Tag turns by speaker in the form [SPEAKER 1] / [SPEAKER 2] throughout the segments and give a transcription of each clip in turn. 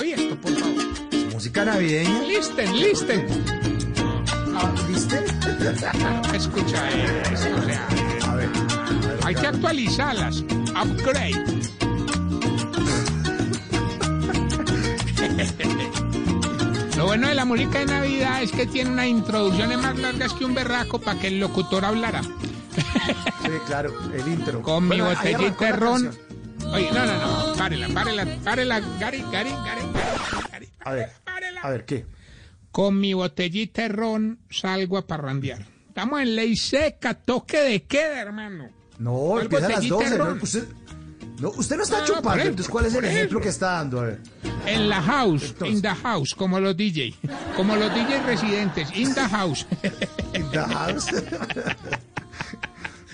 [SPEAKER 1] Oye esto, por favor.
[SPEAKER 2] Música navideña.
[SPEAKER 1] Listen, listen.
[SPEAKER 2] Ah, ¿Viste?
[SPEAKER 1] Escucha esto, o sea,
[SPEAKER 2] A ver.
[SPEAKER 1] hay que actualizarlas. Upgrade. Lo bueno de la música de Navidad es que tiene unas introducciones más largas que un berraco para que el locutor hablara.
[SPEAKER 2] Sí, claro, el intro.
[SPEAKER 1] Con mi
[SPEAKER 2] Bueno, ahí arrancó
[SPEAKER 1] botellita de
[SPEAKER 2] la
[SPEAKER 1] ron.
[SPEAKER 2] canción.
[SPEAKER 1] Oye, no, no, no. Párela, párela, párela. Gary, Gary, Gary, Gary, Gary.
[SPEAKER 2] A ver,
[SPEAKER 1] Párela.
[SPEAKER 2] a ver, ¿qué?
[SPEAKER 1] Con mi botellita de ron salgo a parrandear. Estamos en ley seca, toque de queda, hermano.
[SPEAKER 2] No,
[SPEAKER 1] ¿Cuál
[SPEAKER 2] empieza a las
[SPEAKER 1] botellita
[SPEAKER 2] 12.
[SPEAKER 1] de
[SPEAKER 2] ¿no?
[SPEAKER 1] ron?
[SPEAKER 2] Usted, no, usted no está
[SPEAKER 1] No, no, por
[SPEAKER 2] chupando,
[SPEAKER 1] eso,
[SPEAKER 2] entonces ¿cuál es el
[SPEAKER 1] por
[SPEAKER 2] ejemplo
[SPEAKER 1] eso.
[SPEAKER 2] que está dando? A ver.
[SPEAKER 1] En la house,
[SPEAKER 2] Entonces.
[SPEAKER 1] in the house, como los DJ, como los DJ residentes, in the house.
[SPEAKER 2] In the house.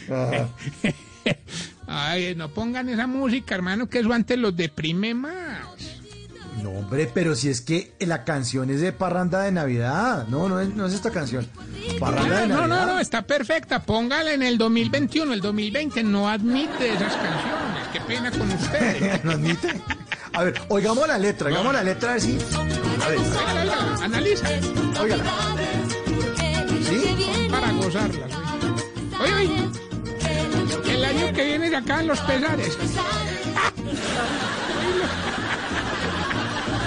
[SPEAKER 2] Ah,
[SPEAKER 1] Ay, no pongan esa música, hermano, que eso antes los deprime más.
[SPEAKER 2] no, hombre, pero si es que la canción es de Parranda de Navidad. No, no es, no es esta canción. Parranda de
[SPEAKER 1] Ah,
[SPEAKER 2] Navidad.
[SPEAKER 1] no, no, no, está perfecta. Póngala en el 2021, el 2020 no admite esas canciones. Qué pena con ustedes.
[SPEAKER 2] ¿No admite? A ver, oigamos la letra, oigamos la letra a ver si. A ver,
[SPEAKER 1] Oiga, oiga, Analiza,
[SPEAKER 2] óigala. ¿Sí?
[SPEAKER 1] para gozarlas. Oye, oye, el año que viene de acá en los pesares.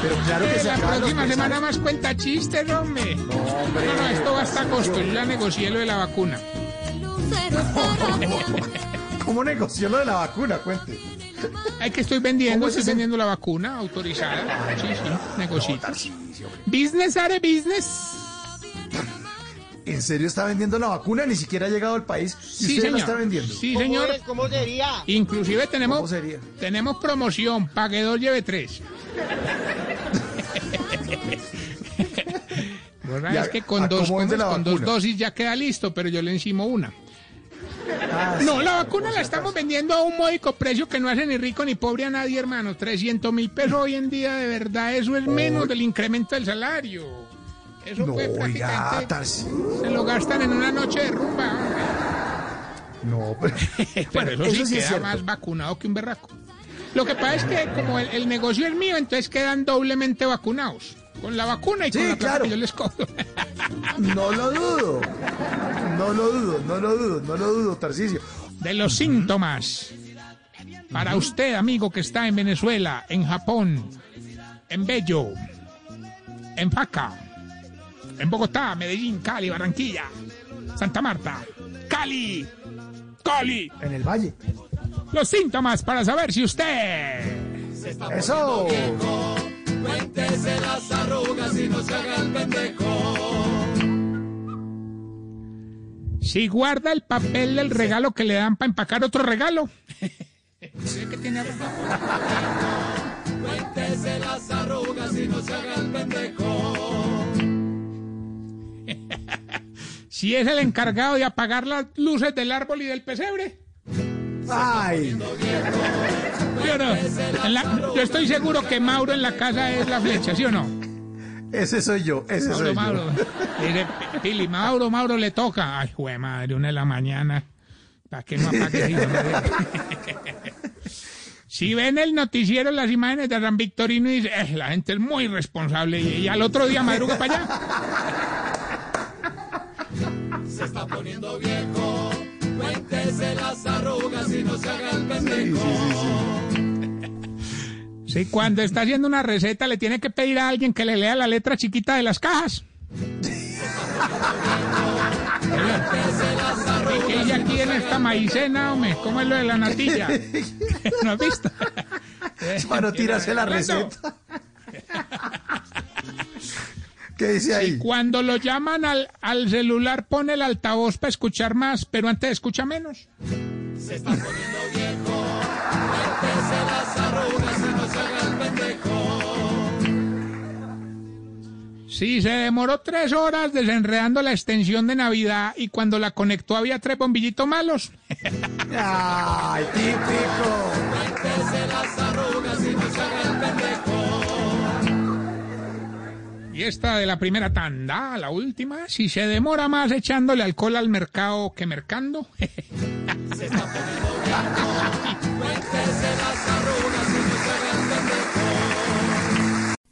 [SPEAKER 2] Pero claro pues, que
[SPEAKER 1] Eh,
[SPEAKER 2] se
[SPEAKER 1] la
[SPEAKER 2] acaban los
[SPEAKER 1] próxima
[SPEAKER 2] mensajes.
[SPEAKER 1] semana más cuenta chistes, hombre.
[SPEAKER 2] No, hombre.
[SPEAKER 1] No, no, esto va hasta agosto. Yo ya negocié lo de la vacuna.
[SPEAKER 2] ¿Cómo negoció lo de la vacuna? Cuente.
[SPEAKER 1] Ay, que estoy vendiendo,
[SPEAKER 2] ¿Cómo es
[SPEAKER 1] estoy
[SPEAKER 2] ese?
[SPEAKER 1] vendiendo la vacuna autorizada. Sí, sí, negocito.
[SPEAKER 2] Tarcisio, hombre.
[SPEAKER 1] Business are business.
[SPEAKER 2] ¿En serio está vendiendo la vacuna? Ni siquiera ha llegado al país. Y
[SPEAKER 1] Sí,
[SPEAKER 2] usted
[SPEAKER 1] señor.
[SPEAKER 2] la está vendiendo.
[SPEAKER 1] Sí, señor.
[SPEAKER 3] ¿Cómo sería?
[SPEAKER 1] Inclusive
[SPEAKER 2] ¿Cómo
[SPEAKER 1] tenemos,
[SPEAKER 2] sería?
[SPEAKER 1] tenemos promoción. Pague dos, lleve tres. Bueno,
[SPEAKER 2] Ya,
[SPEAKER 1] es que con
[SPEAKER 2] ¿a
[SPEAKER 1] dos, pues,
[SPEAKER 2] cómo vende la
[SPEAKER 1] con dos
[SPEAKER 2] vacuna?
[SPEAKER 1] dosis ya queda listo, pero yo le encimo una.
[SPEAKER 2] Ah, sí,
[SPEAKER 1] No, la
[SPEAKER 2] pero
[SPEAKER 1] vacuna
[SPEAKER 2] por
[SPEAKER 1] la
[SPEAKER 2] si
[SPEAKER 1] estamos
[SPEAKER 2] acaso.
[SPEAKER 1] vendiendo a un módico precio que no hace ni rico ni pobre a nadie, hermano. 300 mil pesos hoy en día, de verdad, eso es menos del incremento del salario. Eso fue
[SPEAKER 2] No, oiga,
[SPEAKER 1] prácticamente...
[SPEAKER 2] Tarcisio.
[SPEAKER 1] Se lo gastan en una noche de rumba. hombre.
[SPEAKER 2] No, pero.
[SPEAKER 1] Pero
[SPEAKER 2] Bueno,
[SPEAKER 1] eso, sí,
[SPEAKER 2] eso sí es
[SPEAKER 1] queda
[SPEAKER 2] cierto.
[SPEAKER 1] más vacunado que un berraco. Lo que pasa es que como el, el negocio es mío, entonces quedan doblemente vacunados. Con la vacuna y
[SPEAKER 2] Sí,
[SPEAKER 1] con la plata
[SPEAKER 2] claro.
[SPEAKER 1] que yo les cobro.
[SPEAKER 2] No lo dudo. No lo dudo, no lo dudo, no lo dudo, Tarcisio.
[SPEAKER 1] de los síntomas. Para usted, amigo que está en Venezuela, en Japón, en Bello, en Paca, en Bogotá, Medellín, Cali, Barranquilla, Santa Marta, Cali, Cali.
[SPEAKER 2] En el valle.
[SPEAKER 1] Los síntomas para saber si usted...
[SPEAKER 2] Eso.
[SPEAKER 1] Si guarda el papel del regalo que le dan para empacar otro regalo. ¿Sí que tiene razón? Si es el encargado de apagar las luces del árbol y del pesebre.
[SPEAKER 2] Ay.
[SPEAKER 1] ¿Sí o no? En la- yo estoy seguro que Mauro en la casa es la flecha, ¿sí o no?
[SPEAKER 2] Ese soy yo, ese
[SPEAKER 1] Mauro,
[SPEAKER 2] soy yo.
[SPEAKER 1] Mauro. Dice Pili, Mauro, Mauro le toca. Ay, jue madre, una de la mañana. ¿Para qué no apague? hijo de- Si ven el noticiero las imágenes de Ram Victorino y dice, "Eh, la gente es muy responsable y, y al otro día madruga para allá.
[SPEAKER 2] Sí, sí, sí, sí.
[SPEAKER 1] Sí, cuando está haciendo una receta le tiene que pedir a alguien que le lea la letra chiquita de las cajas. ¿Y qué hay aquí en esta maicena, hombre? ¿Cómo es lo de la natilla? ¿No has visto?
[SPEAKER 2] Para no tirarse la
[SPEAKER 1] eh. Fernando.
[SPEAKER 2] receta. ¿Qué dice ahí?
[SPEAKER 1] Cuando lo llaman al, al celular pone el altavoz para escuchar más, pero antes escucha menos. Sí, se demoró tres horas desenredando la extensión de Navidad y cuando la conectó había tres bombillitos malos.
[SPEAKER 2] ¡Ay, típico!
[SPEAKER 1] Y esta de la primera tanda, la última, si se demora más echándole alcohol al mercado que mercando.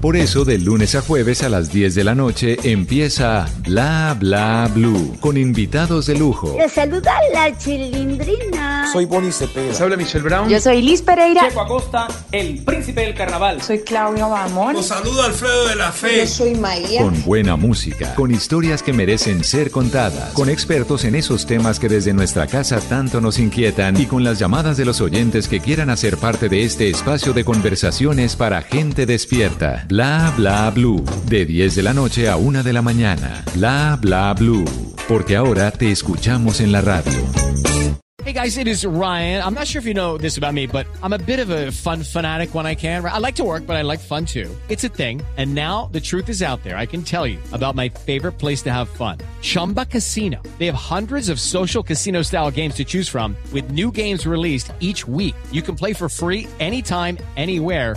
[SPEAKER 3] Por eso de lunes a jueves a las 10 de la noche empieza Bla Bla Blue con invitados de lujo.
[SPEAKER 4] Le saluda la chilindrina.
[SPEAKER 5] Soy Bonnie Cepeda. habla Michelle Brown.
[SPEAKER 6] Yo soy Liz Pereira.
[SPEAKER 7] Checo Acosta, el príncipe del carnaval.
[SPEAKER 8] Soy Claudia Bamón.
[SPEAKER 9] Los saludo Alfredo de la Fe.
[SPEAKER 10] Yo soy María.
[SPEAKER 3] Con buena música, con historias que merecen ser contadas, con expertos en esos temas que desde nuestra casa tanto nos inquietan y con las llamadas de los oyentes que quieran hacer parte de este espacio de conversaciones para gente despierta. Bla Bla Blue. De 10 de la noche a 1 de la mañana. Bla Bla Blue. Porque ahora te escuchamos en la radio.
[SPEAKER 11] Hey guys, it is Ryan. I'm not sure if you know this about me, but I'm a bit of a fun fanatic when I can. I like to work, but I like fun too. It's a thing. And now the truth is out there. I can tell you about my favorite place to have fun Chumba Casino. They have hundreds of social casino style games to choose from, with new games released each week. You can play for free anytime, anywhere